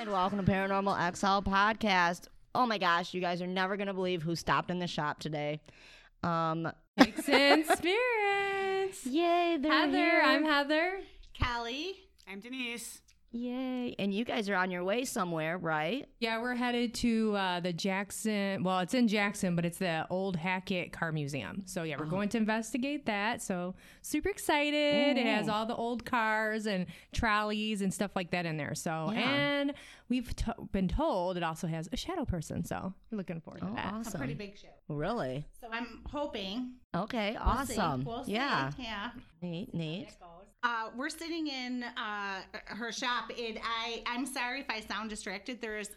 And welcome to Paranormal Exile Podcast. Oh my gosh, you guys are never going to believe who stopped in the shop today. Um, Vixen Spirits. yay, they're Heather, here. I'm Heather. Callie. I'm Denise. yay. And you guys are on your way somewhere, right? Yeah, we're headed to uh, the Jackson. Well, it's in Jackson, but it's the old Hackett Car Museum. So yeah, we're going to investigate that. So super excited! It has all the old cars and trolleys and stuff like that in there. So Yeah. and we've t- been told it also has a shadow person. So we're looking forward to that. awesome. Pretty big show. Really? So I'm hoping. Okay, We'll see. awesome. We'll see. yeah. Yeah. Neat, neat. Uh, we're sitting in uh, her shop, and I I'm sorry if I sound distracted. There is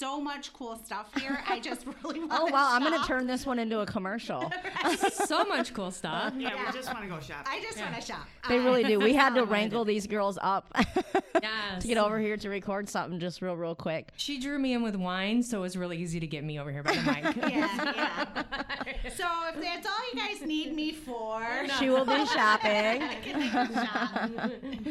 so much cool stuff here. I just really want. Oh, wow, I'm going to shop. turn this one into a commercial. so much cool stuff. Yeah, we just want to go shopping. I just want to shop. They Uh, really do. We had to wrangle these girls up Yes. to get over here to record something just real, real quick. She drew me in with wine, so it was really easy to get me over here by the mic. Uh, Yeah, yeah. so if that's all you guys need me for, She will be shopping. I can make you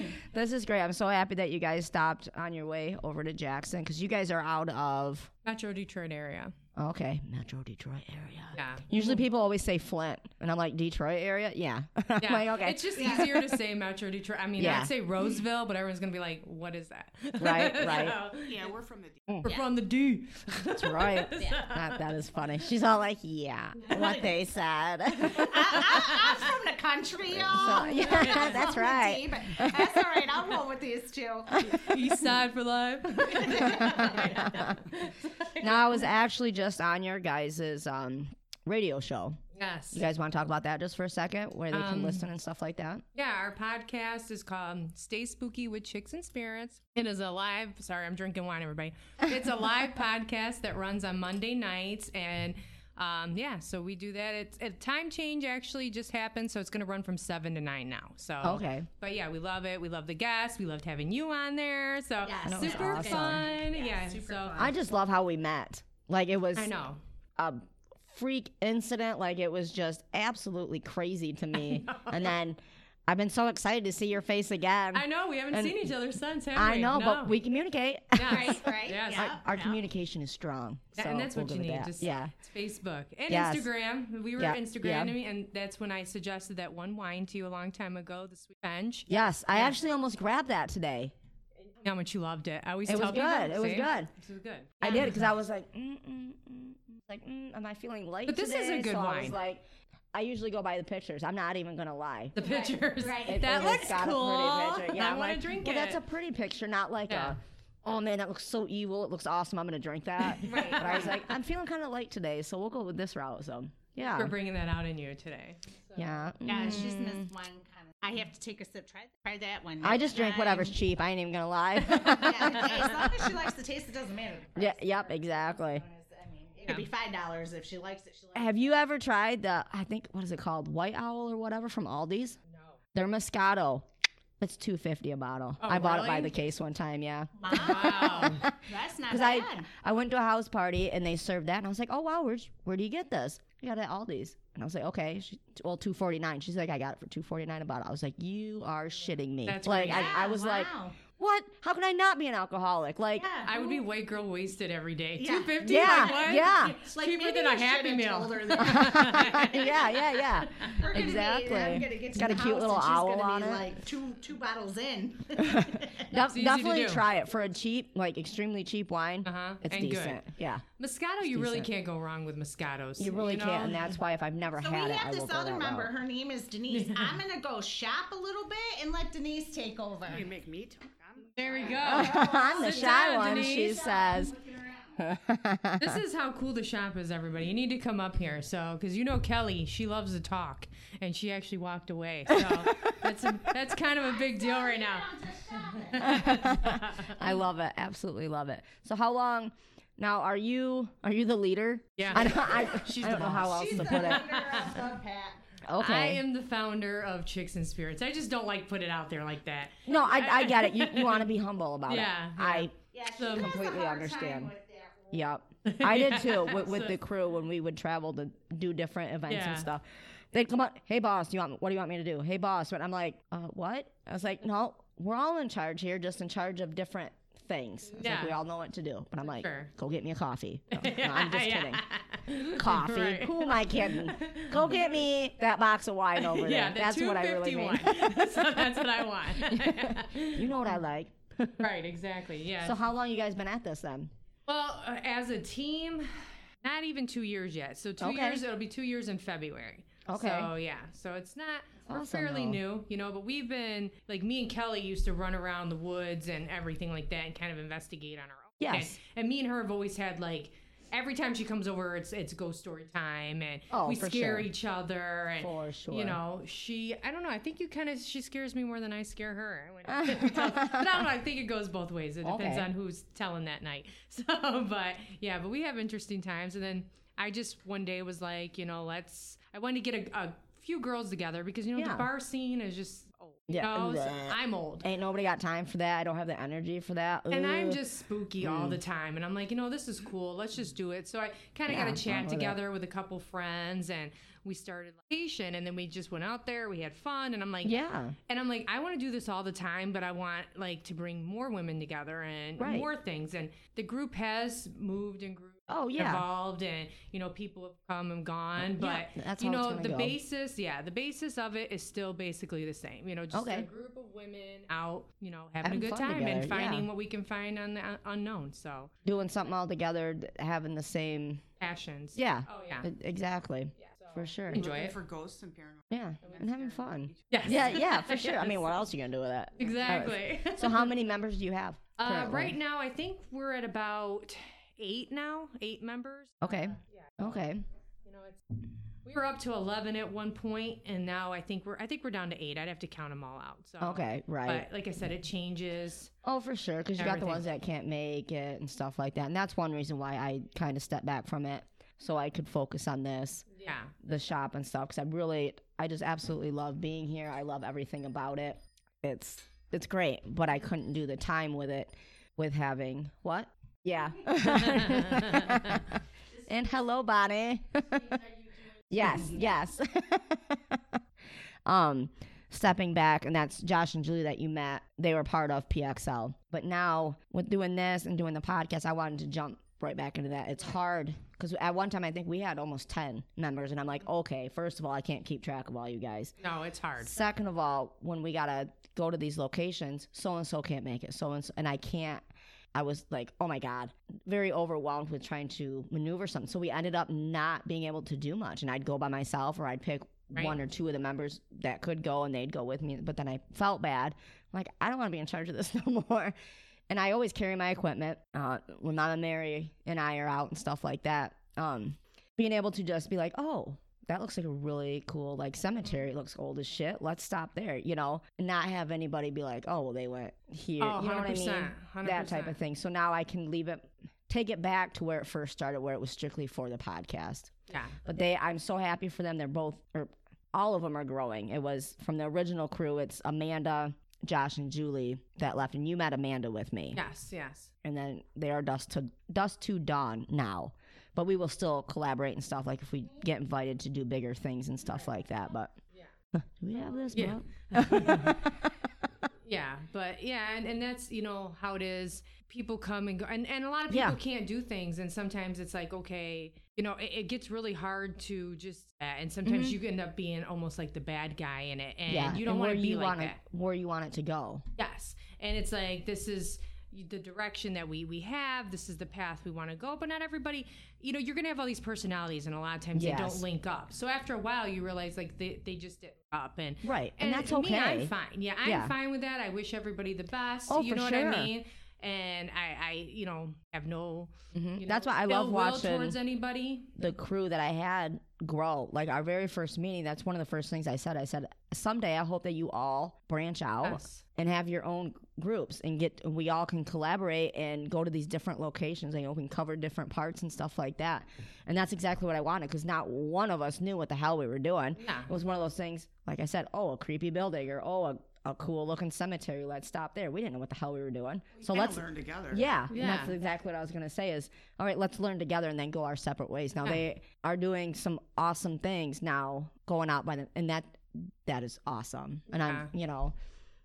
shop. This is great. I'm so happy that you guys stopped on your way over to Jackson because you guys are out of Metro Detroit area. okay Metro Detroit area. Yeah. Mm-hmm. Usually people always say Flint, and I'm like Detroit area. Yeah. I'm Yeah. like okay. It's just easier to say Metro Detroit. I mean, Yeah. I'd say Roseville, but everyone's gonna be like, "What is that?" Right, right. So, yeah, we're from the D. we're from the D. That's right. That- that is funny. She's all like, yeah, what they said. I, I, I'm from the country, So, y'all. yeah, that's I'm on the right. team, but That's all right. I'll roll with these two. East Side for life. No, I was actually just on your guys' um, radio show. yes. You guys want to talk about that just for a second, where they Um, can listen and stuff like that? Yeah, our podcast is called um, Stay Spooky with Chicks and Spirits. It is a live, sorry, I'm drinking wine, everybody. It's a live podcast that runs on Monday nights. And um, yeah, so we do that. It's a time change actually just happened. So it's going to run from seven to nine now. So, Okay. But yeah, we love it. We love the guests. We loved having you on there. So Yes. That was super awesome. fun. yeah. so I just love how we met. Like it was. I know. a freak incident. Like it was just absolutely crazy to me. and then I've been so excited to see your face again. I know. We haven't And- seen each other since, have I we? know, No. but we communicate. Yes. Right, right, Yes. yeah. Our communication is strong. That- so and that's we'll what you give it need. that. Just yeah. it's Facebook and Yes. Instagram. We were Yeah, yeah. Instagramming, and that's when I suggested that one wine to you a long time ago, the Sweet Bench. Yes, I actually almost grabbed that today. How much you loved it. I always It was tell people. good. It was see? good. This is good. I did because I was like, mm, mm, mm. like, mm, am I feeling late? But this today? is a good so I was wine. like, I usually go by the pictures. I'm not even gonna lie. The pictures. right. It- That it has looks got a pretty cool. picture. I Yeah, want to drink well, it. that's a pretty picture, not like Yeah. a. Oh man, that looks so evil. It looks awesome. I'm gonna drink that. right. But I was like, I'm feeling kind of light today, so we'll go with this route. So yeah, We're bringing that out in you today. yeah. Mm. Yeah, she's missed one. Kind of, I have to take a sip. Try, try that one. I just drink drink whatever's cheap. I ain't even gonna lie. yeah, as long as she likes the taste, it doesn't matter. the yeah. price. Yep. Exactly. I mean, it could be five dollars if she likes it. She likes. it. Have you ever tried the? I think what is it called? White Owl or whatever from Aldi's. No. Their Moscato. It's two fifty a bottle. I bought it by the really? case one time. Yeah. Wow. That's not Because bad. I I went to a house party and they served that, and I was like, oh wow, where's where do you get this? I got it at Aldi's, and I was like, okay, she, well two forty nine. She's like, I got it for two forty nine a bottle. I was like, you are shitting me. That's like great. I, I was like, what? How can I not be an alcoholic? Like. I would be white girl wasted every day. Yeah. Two fifty. Yeah, Like what? yeah. It's cheaper than a Happy Meal. yeah, yeah, yeah. Exactly. It's got a cute little owl on it. Like two two bottles in. Def- easy to definitely do. try it for a cheap, like extremely cheap wine. Uh-huh, It's and good. decent. Yeah, Moscato, you really decent. can't go wrong with Moscatos. you really know? can't, and that's why if I've never So we had it, I have will this go other that member. route. Her name is Denise. I'm gonna go shop a little bit and let Denise take over. You make me talk. I'm- There we go. I'm the Sit shy down, one, she Denise. says. This is how cool the shop is, everybody. You need to come up here, so because you know Kelly, she loves to talk, and she actually walked away. So that's a, that's kind of a big deal right now. I love it. Absolutely love it. So how long now are you are you the leader? Yeah. I don't, I, She's I don't the know how boss. else to put it. Okay. I am the founder of Chicks and Spirits. I just don't like put it out there like that. no, I, I get it. You, you want to be humble about Yeah, it. yeah. I So completely understand. Yep. I did too with, with the crew when we would travel to do different events Yeah. and stuff. They'd come up, hey boss, you want what do you want me to do? Hey boss, and I'm like, uh, what? I was like, no, we're all in charge here, just in charge of different things. It's Yeah. like we all know what to do. But I'm like, Sure. go get me a coffee. No, no, I'm just kidding. kidding. Coffee. Who am I kidding? Go get me that box of wine over Yeah, there. Oh That's what I really mean. so that's what I want. you know what I like. right, exactly. Yeah. So how long you guys been at this then? well, uh, as a team, not even two years yet. So two Okay. years. It'll be two years in February. Okay. So yeah. So it's not. We're awesome, fairly though. new, you know, but we've been like me and Kelly used to run around the woods and everything like that and kind of investigate on our own. Yes. And, and me and her have always had like every time she comes over, it's it's ghost story time and Oh, we for sure. scare each other and For sure. you know she I don't know I think you kind of she scares me more than I scare her. When, but I don't know I think it goes both ways. It depends Okay. on who's telling that night. So, but yeah, but we have interesting times. And then I just one day was like, you know, let's. I wanted to get a, a few girls together because you know Yeah. the bar scene is just old. you Yeah, know? Oh, So bleh. I'm old. Ain't nobody got time for that. I don't have the energy for that. And I'm Ugh. just spooky Mm. all the time. And I'm like, you know, this is cool. Let's just do it. So I kind of Yeah, got a I'm chat with it. together with a couple friends and we started location and then we just went out there. We had fun. And I'm like, yeah. And I'm like, I want to do this all the time, but I want like to bring more women together and Right. more things. And the group has moved and grew. Oh, yeah. evolved and you know people have come and gone, Yeah, but that's you how it's know gonna the go. basis, yeah, the basis of it is still basically the same. You know, just Okay. a group of women out, you know, having, Having a good fun time together, and finding yeah. what we can find on the un- unknown. So Doing something all together, th- having the same. passions, Yeah. oh yeah, e- Exactly. So- For sure. enjoy Looking it. for ghosts and paranormal. Yeah. And having fun. Yes. Yeah, yeah, for sure. I mean, Yes. what else are you going to do with that? exactly. So, how many members do you have? Uh, currently? right now, I think we're at about eight now, eight members. Okay. Okay. You know, it's we were up to eleven at one point, and now I think we're I think we're down to eight. I'd have to count them all out. So Okay. Right. but like I said, it changes. oh, for sure. Because you got the everything. ones that can't make it and stuff like that. And that's one reason why I kind of stepped back from it so I could focus on this. Yeah, the shop and stuff because I really, I just absolutely love being here. I love everything about it. It's it's great, but I couldn't do the time with it with having what? Yeah. and hello, Bonnie. yes, yes. um, stepping back, and that's Josh and Julie that you met. They were part of PXL, but now with doing this and doing the podcast, I wanted to jump right back into that. It's hard because at one time I think we had almost ten members, and I'm like, okay, first of all, I can't keep track of all you guys. no, it's hard. Second of all, when we gotta go to these locations, so and so can't make it. So and so, and I can't. I was like, oh my god, very overwhelmed with trying to maneuver something. So we ended up not being able to do much, and I'd go by myself, or I'd pick Right. one or two of the members that could go, and they'd go with me. But then I felt bad, I'm like I don't want to be in charge of this no more. And I always carry my equipment uh, when Mama Mary and I are out and stuff like that. Um, being able to just be like, oh, that looks like a really cool like cemetery. It looks old as shit. Let's stop there, you know, and not have anybody be like, oh, well, they went here. Oh, you know what I mean? 100%, 100%. That type of thing. So now I can leave it, take it back to where it first started, where it was strictly for the podcast. Yeah, But they, I'm so happy for them. They're both, or all of them are growing. It was from the original crew. It's Amanda, Josh, and Julie that left, and you met Amanda with me yes, yes. and then they are dust to dust to dawn now but we will still collaborate and stuff like if we get invited to do bigger things and stuff like that but do we have this Yeah. book? Yeah, but yeah, and, and that's you know how it is. People come and go, and, and a lot of people Yeah. can't do things, and sometimes it's like okay, you know, it, it gets really hard to just, uh, and sometimes you end up being almost like the bad guy in it, and Mm-hmm. yeah you don't and want where to be you like want that. where you want it to go Yes, and it's like this is the direction that we we have. This is the path we want to go. But not everybody, you know, you're gonna have all these personalities, and a lot of times they Yes. don't link up. So after a while, you realize like they they just didn't up and Right, and that's Me, okay. I'm fine. Yeah, I'm Yeah. fine with that. I wish everybody the best. Oh, you for know sure. what I mean. And I, I, you know, have no. you Mm-hmm. That's know, why I love ill will watching- towards anybody. the crew that i had grow like our very first meeting that's one of the first things i said i said someday i hope that you all branch out Yes. and have your own groups and get we all can collaborate and go to these different locations and you know, we can cover different parts and stuff like that and that's exactly what i wanted because not one of us knew what the hell we were doing Yeah. it was one of those things like i said oh a creepy building or oh a a cool looking cemetery. Let's stop there. We didn't know what the hell we were doing. So Kinda let's learn together. yeah, and that's Yeah. exactly what I was gonna say. Is all right, let's learn together and then go our separate ways. Now they are doing some awesome things now, going out by them, and that that is awesome. And I'm, you know,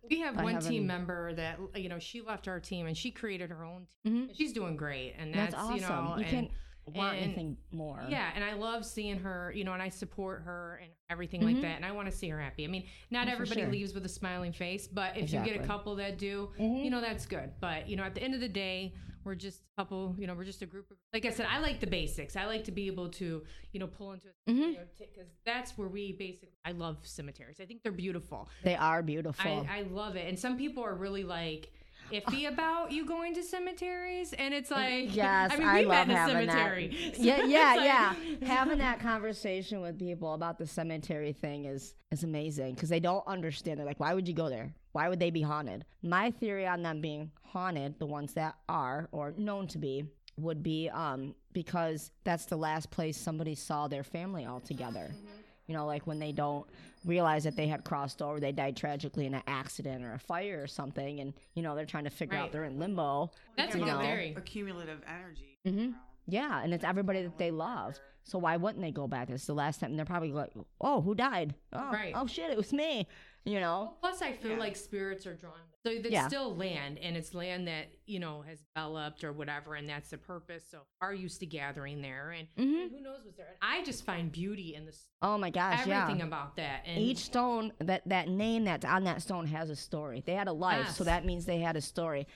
We have I one haven't- e- team member that you know she left our team and she created her own team. mm-hmm. And she's doing great, and that's, that's, awesome. you know and- can't want and- anything more. Yeah, and I love seeing her, you know, and I support her and everything like that. And I want to see her happy. I mean, not everybody Mm-hmm. Oh, sure. leaves with a smiling face, but if you Exactly. get Mm-hmm. a couple that do, you know, that's good. But, you know, at the end of the day, we're just a couple, you know, we're just a group of, like I said, I like the basics. I like to be able to, you know, pull into, because Mm-hmm. you know, t- 'cause that's where we basically, I love cemeteries. I think they're beautiful. They are beautiful. I, I love it. And some people are really like iffy about you going to cemeteries. And it's like, Yes, I I, mean, we love met in a having cemetery. that. Yeah, yeah, It's yeah. having that conversation with people about the cemetery thing is is amazing because they don't understand. They're like, why would you go there? Why would they be haunted? My theory on them being haunted, the ones that are or known to be, would be um because that's the last place somebody saw their family all together. Mm-hmm. You know, like when they don't realize that they had crossed over, they died tragically in an accident or a fire or something, and you know they're trying to figure Right. out they're in limbo. That's a You good know. theory. Accumulative energy. Mhm. around. Yeah, and it's everybody that they love. So why wouldn't they go back? It's the last time. And they're probably like, oh, who died? Oh, Right. oh shit, it was me. You know? Plus, I feel Yeah. like spirits are drawn. So it's Yeah. still land, and it's land that you know has developed or whatever, and that's the purpose. So are used to gathering there, and Mhm. who knows what's there. And I just find beauty in this Oh my gosh, everything yeah. about that. And Each stone, that, that name that's on that stone has a story. They had a life, so Yes. that means they had a story.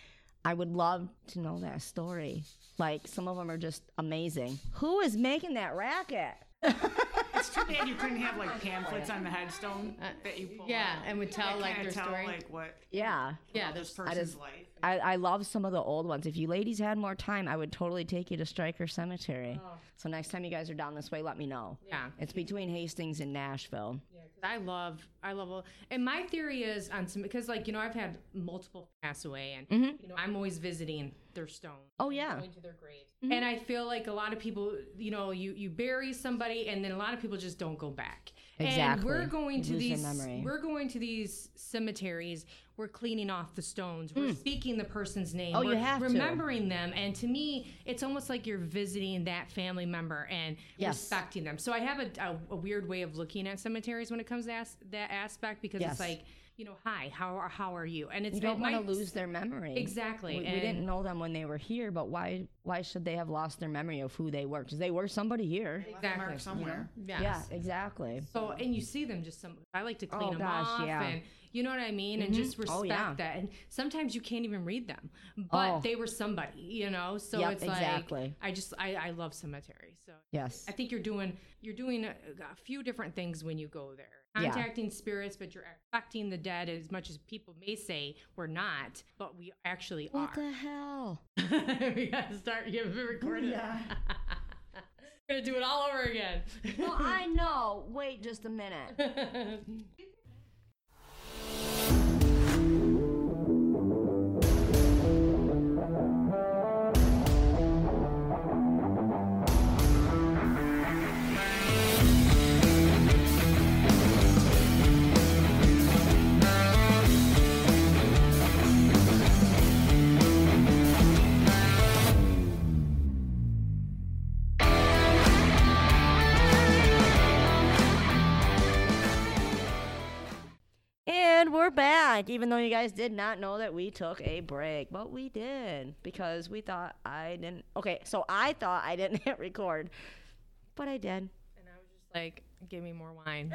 I would love to know that story. Like, some of them are just amazing. Who is making that racket? It's too bad you couldn't have like pamphlets on the headstone that you pull. Uh, yeah, out. and would tell That like kinda their tell, story. like what Yeah. yeah, this there's person's just- life. I, I love some of the old ones. If you ladies had more time, I would totally take you to Stryker Cemetery. So next time you guys are down this way, let me know. Oh. yeah. It's between Hastings and Nashville. I love, I love, all- and my theory is on some because, like, you know, I've had multiple pass away, and you know, I'm always visiting their stones. Oh, and yeah. going to their graves, Mm-hmm. and I feel like a lot of people, you know, you you bury somebody, and then a lot of people just don't go back. And Exactly. we're going to You lose their these, memory. we're going to these cemeteries. We're cleaning off the stones. We're speaking the person's name. Hmm. Oh, you we're have to. remembering them, and to me, it's almost like you're visiting that family member and Yes. respecting them. So I have a, a, a weird way of looking at cemeteries when it comes to as, that aspect because Yes. it's like, you know, hi, how are how are you? And it's You don't it want to might- lose their memory. exactly. We, we and didn't know them when they were here, but why why should they have lost their memory of who they were? Because they were somebody here. exactly. Mark somewhere. Yes. Yeah, exactly. So and you see them just some. I like to clean Oh, them gosh, off, yeah. Mm-hmm. Oh, and you know what I mean, and just respect yeah. that. And sometimes you can't even read them, but Oh. they were somebody, you know. So Yep, it's like exactly. I just I, I love cemeteries. So Yes. I think you're doing you're doing a, a few different things when you go there. Yeah. Contacting spirits, but you're affecting the dead as much as people may say we're not, but we actually What are. the Oh, hell? we gotta start. You have it recorded. We're gonna do it all over again. well, I know. Wait just a minute. And we're back, even though you guys did not know that we took a break, but we did because we thought I didn't. Okay, so I thought I didn't hit record, but I did. And I was just like, give me more wine.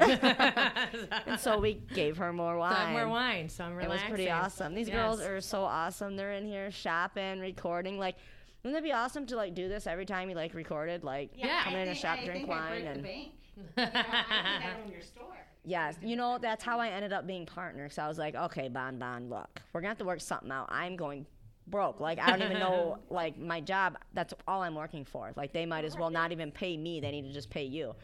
And so we gave her more wine. So I have more wine, so I'm It relaxing. was pretty awesome. These Yes. girls are so awesome. They're in here shopping, recording. Like, wouldn't it be awesome to like do this every time you like recorded? Like, Yeah, come I in a think- shop, I drink think wine, I break the and bank. You know, I think I own your store. yes, you know that's how I ended up being partner. Because I was like, okay, Bon Bon, look, we're gonna have to work something out. I'm going broke. Like, I don't even know. Like, my job. That's all I'm working for. Like, they might as well not even pay me. They need to just pay you.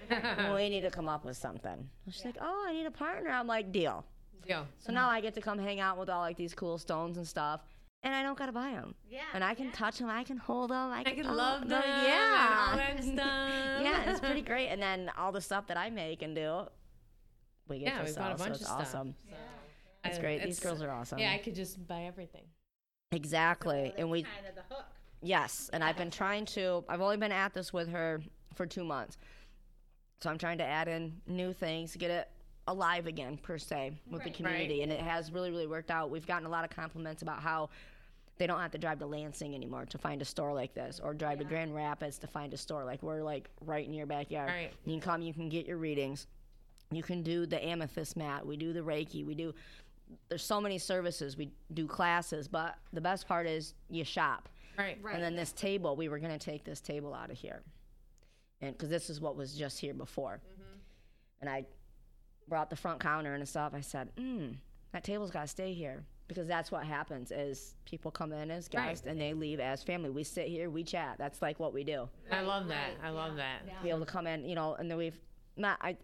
we need to come up with something. She's like, oh, I need a partner. I'm like, deal. Yeah. So now I get to come hang out with all like these cool stones and stuff, and I don't gotta buy them. Yeah, And I can touch them, I can hold them, I I can, could oh, love no, them. yeah, And all that stuff. yeah, it's pretty great. And then all the stuff that I make and do, we get Yeah, to we sell. bought a bunch so it's of stuff. awesome. So, That's great. These girls are awesome. Yeah, I could just buy everything. Exactly. and we Kind of the hook. Yes, and I've been trying to. I've only been at this with her for two months, so I'm trying to add in new things, get it alive again per se with the community, and it has really, really worked out. We've gotten a lot of compliments about how they don't have to drive to Lansing anymore to find a store like this, or drive to Grand Rapids to find a store. Like we're like right in your backyard. Right. You can come, you can get your readings, you can do the amethyst mat. We do the Reiki. We do there's so many services. We do classes, but the best part is you shop. Right. And then this table, we were going to take this table out of here. And because this is what was just here before. Mm-hmm. And I brought the front counter and stuff. I said, mm, that table's got to stay here. Because that's what happens is people come in as guests and they leave as family. We sit here, we chat. That's like what we do. I love that. I love that. Be able to come in, you know, and then we've not, I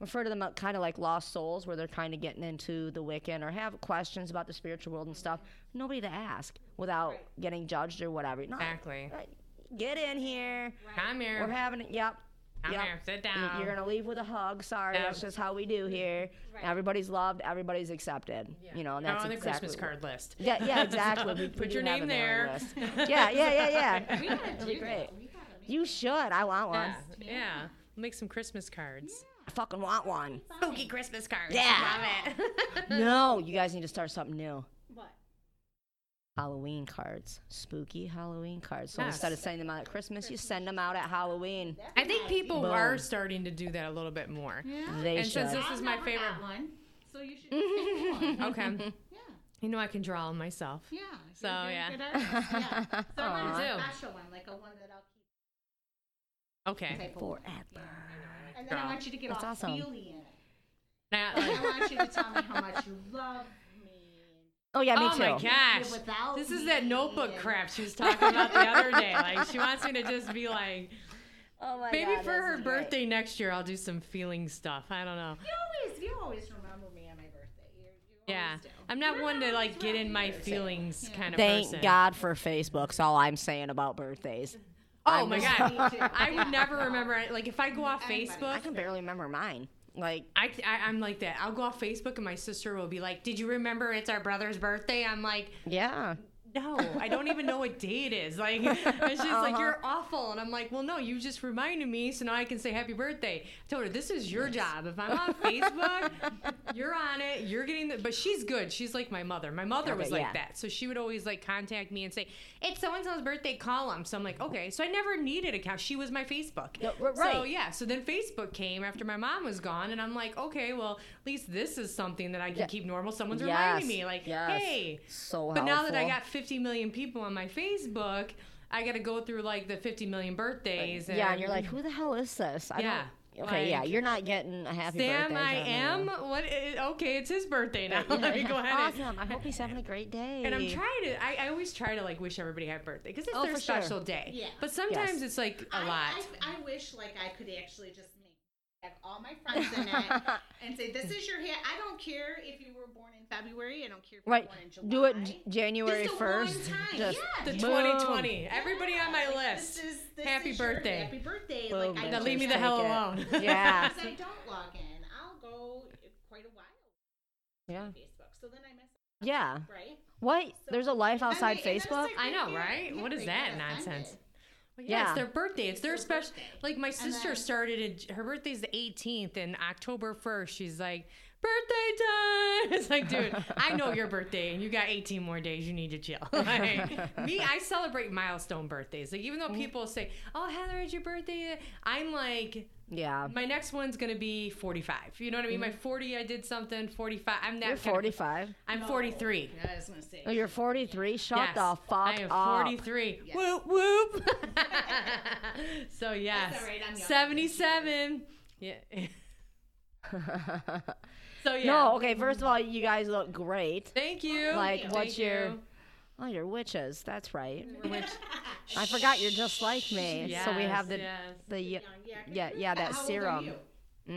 refer to them kind of like lost souls where they're kind of getting into the Wiccan or have questions about the spiritual world and stuff. Nobody to ask without getting judged or whatever. No, Exactly. uh, get in here. Come here. We're having it. Yep. Come yep. here. Sit And down. You're gonna leave with a hug. Sorry, Yeah. that's just how we do here. Everybody's loved. Everybody's accepted. You know, and You're that's on the exactly Christmas what- card list. Yeah, yeah, exactly. We- we Put do your have name them on our there. list. yeah, yeah, yeah, yeah. That'd be great. You should. I want one. Yeah. yeah. Make some Christmas cards. I fucking want one. Spooky Christmas cards. Yeah. no, you guys need to start something new. What? Halloween cards, spooky Halloween cards. So Yes. instead of sending them out at Christmas, you send them out at Halloween. I think people Boom. are starting to do that a little bit more. They And should. since this is my favorite, one. So you should pick one. okay, Yeah. you know I can draw them myself. Yeah. So, You're a yeah. good artist, yeah. So I want Aw. a special one, like a one that I'll keep Okay, type of one. forever. And then I Girl. want you to get That's all awesome. feely in it. now, And like, I want you to tell me how much you love me. Oh yeah, me oh too. my gosh, Without this is that me notebook and- crap she was talking about the other day. Like she wants me to just be like, Oh my maybe God, for this her is great. birthday next year, I'll do some feeling stuff. I don't know. You always, you always remember me on my birthday. You, you Yeah, always do. I'm not You're one to like always get right. in my feelings kind of Thank person. God for Facebook's all I'm saying about birthdays. Oh my I'm god, just- I would never remember. it. Like if I go off I Facebook, can barely remember mine. Like I, I am like that. I'll go off Facebook and my sister will be like, "Did you remember it's our brother's birthday?" I'm like, yeah, "No, I don't even know what day it is." Like it's just Uh-huh. like you're awful, and I'm like, "Well, no, you just reminded me, so now I can say happy birthday." I told her this is your job. If I'm on Facebook, you're on it. You're getting the. But she's good. She's like my mother. My mother was Okay, yeah. like that, so she would always like contact me and say, "It's so and so's birthday. Call them." So I'm like, "Okay." So I never needed a count. She was my Facebook. No, r- So right. yeah, so then Facebook came after my mom was gone, and I'm like, okay, well, at least this is something that I can Yeah. keep normal. Someone's Yes, reminding me, like, yes. hey. so. But now that I helpful. got 50 million people on my Facebook, I got to go through like the 50 million birthdays. And yeah, and you're like, who the hell is this? I Yeah, Don't, okay, yeah, like- you're not getting a happy Sam, birthday. I from am. me. What? i- Okay, it's his birthday now. Yeah, Let me yeah. go ahead. and- Awesome. I hope he's having a great day. And I'm trying to. I, I always try to like wish everybody happy birthday because it's Oh, their for sure. special day. Yeah. But sometimes Yes. it's like a I- lot. I, I wish like I could actually just make have all my friends in it and say, "This is your hair." I don't care if you were born in February. I don't care if you Right. were born in July. Do it J- January Just a first. one time. Yeah. the boom. 2020. Everybody on my Like, list. This is, this Happy is your birthday. happy birthday. Boom, like I bitch. Now don't leave me care. the hell Take it. alone. Yeah. Because I don't log in. I'll go quite a while Yeah. on Facebook. So then I miss Yeah. right. What? There's a life And outside they- and it's Facebook. like I they know, get- right? yeah, What is they that get nonsense? offended. Well, yeah, Yeah. it's their birthday. It's their special. Like my sister then- started. In, her birthday's the 18th, and October 1st, she's like, "Birthday time!" It's like, dude, I know your birthday, and you got 18 more days. You need to chill. Like, me, I celebrate milestone birthdays. Like even though people say, "Oh, Heather, it's your birthday," I'm like, yeah. my next one's gonna be 45. You know what I mean? My 40, I did something. 45, I'm that. You're kind of- 45. I'm 43. Yeah, I was gonna say. Oh, you're 43. Shut Yes, the fuck I am up. 43. Whoop whoop. so yes, all right, I'm young. 77. Yeah. so yeah. No, okay. First of all, you guys look great. Thank you. Like, Thank what's your- you. Oh, you're witches. That's right. Which, I forgot you're just like me. so we have the yes. the y- young, yeah, Uh, yeah yeah that How old are serum. you? Mm,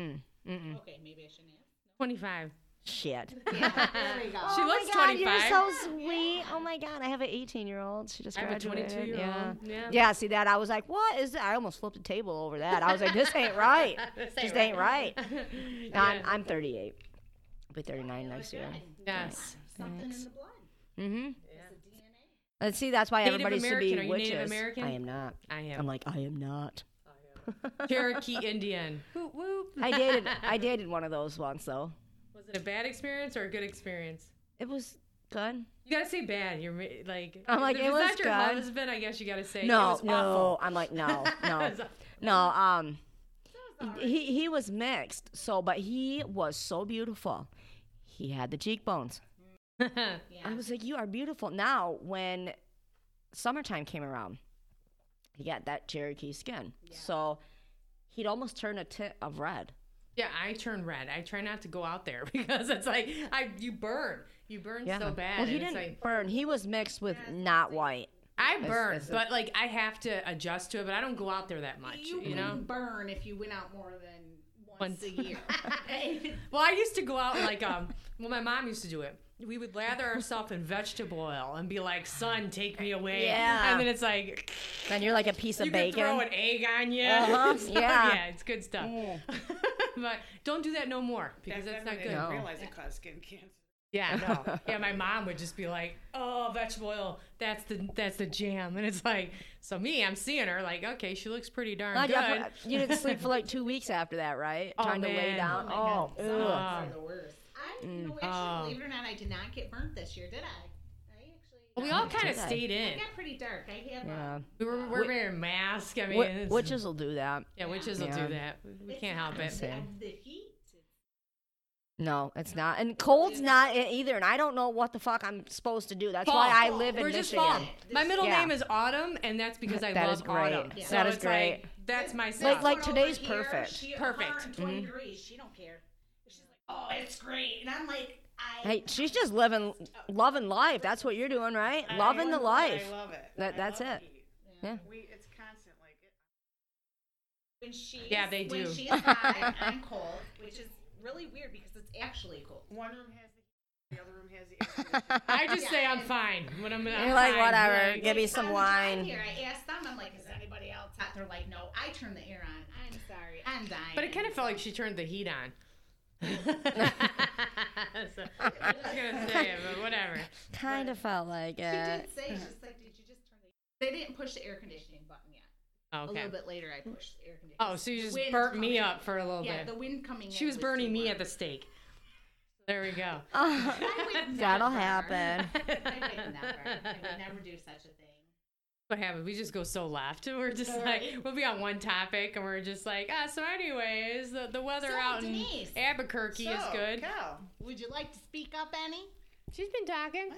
mm-mm. Okay, maybe I shouldn't ask. 25. Shit. There we go. She oh looks my god, 25. you're so sweet. Oh my god, I have an 18 year old. She just I have a graduated. 22 year yeah. old. Yeah. Yeah, see that? I was like, what is that? I almost flipped the table over that. I was like, this ain't right. This This ain't ain't right. No, Yeah. I'm, I'm 38. I'll be 39 next year. Yes. Something in the blood. Mm-hmm. Let's Uh, see. That's why Native everybody should be American. Are you witches. Native American? I am not. I I'm am like I am not. Cherokee Indian. Whoop, whoop. I dated. I dated one of those once though. Was it a bad experience or a good experience? It was good. You gotta say bad. You're ma- like I'm like, if it it's was not your good. husband. I guess you gotta say it No, was no. awful. I'm like no, no, It was- no. Um, he he was mixed. So, but he was so beautiful. He had the cheekbones. I was like, you are beautiful. Now, when summertime came around, he got that Cherokee skin. So he'd almost turn a tint of red. yeah, I turn red. I try not to go out there because it's like I you burn. You burn so bad. Well, he and it's didn't like- burn. He was mixed with not white. I burn, it's a- but like I have to adjust to it. But I don't go out there that much, You, you, know. wouldn't burn if you went out more than once, Once. a year. Well, I used to go out like um. Well, my mom used to do it. We would lather ourselves in vegetable oil and be like, "Son, take me away." Yeah. And then it's like And you're like a piece of you can bacon. throw an egg on you. Uh-huh, So, yeah. Yeah, it's good stuff. but don't do that no more because that's not I good. didn't No. realize it caused skin cancer. Yeah, no. yeah, my mom would just be like, "Oh, vegetable oil. That's the that's the jam." And it's like, so me, I'm seeing her like, okay, she looks pretty darn Not good. yet, but you didn't sleep for like two weeks after that, right? Oh, Trying to lay man. down. Oh, Oh, my ugh. God. the worst. I you know, actually, believe it or not, I did not get burnt this year, did I? I actually. we all kind of did I? stayed in. It got pretty dark. I have. uh, yeah. We were, we're wearing masks. I mean, Wh- it's- Witches will do that. yeah, witches will Yeah. do that. We can't help it. The, the heat. No, it's not. And cold's not it either. And I don't know what the fuck I'm supposed to do. That's why Fall. I live in We're just Michigan. fall. My middle Yeah. name is Autumn, and that's because I That love is great. autumn. Yeah. That is it's like, great. that's my Like- stuff. like- But over today's here, perfect. She, Perfect. Mm-hmm. 120 degrees. She don't care. She's like, oh, it's great, and I'm like, I. Hey, she's just living, loving life. That's what you're doing, right? loving the life. I love it. That- I that's love it. heat. Yeah. We, it's constant. Like it. When she. Yeah, they When do. she's hot, I'm cold, which is really weird because it's actually cold. One room has the heat, the other room has the air conditioning. I just say I'm fine when I'm. I'm You're like, fine. whatever. Like, Give me some wine. Here, I asked them. I'm like, is anybody else hot? They're like, no. I turned the air on. I'm sorry. I'm dying. But it kind of felt like she turned the heat on. So, I was gonna say it, but whatever. Kind of felt like She it. did say she's like, did you just turn the? They didn't push the air conditioning button yet. A Okay. little bit later, I pushed the air conditioning. Oh, so you just Wind burnt me coming. up for a little Yeah, bit. the wind coming. she in was too burning me much. at the stake. There we go. I would That'll never. happen. I would never. I would never do such a thing. what happened? We just go so left. We're just like, we'll be on one topic and we're just like, ah, so, anyways, the, the weather So, out Denise. in Albuquerque is So, good. Cal, Would you like to speak up any? She's been talking.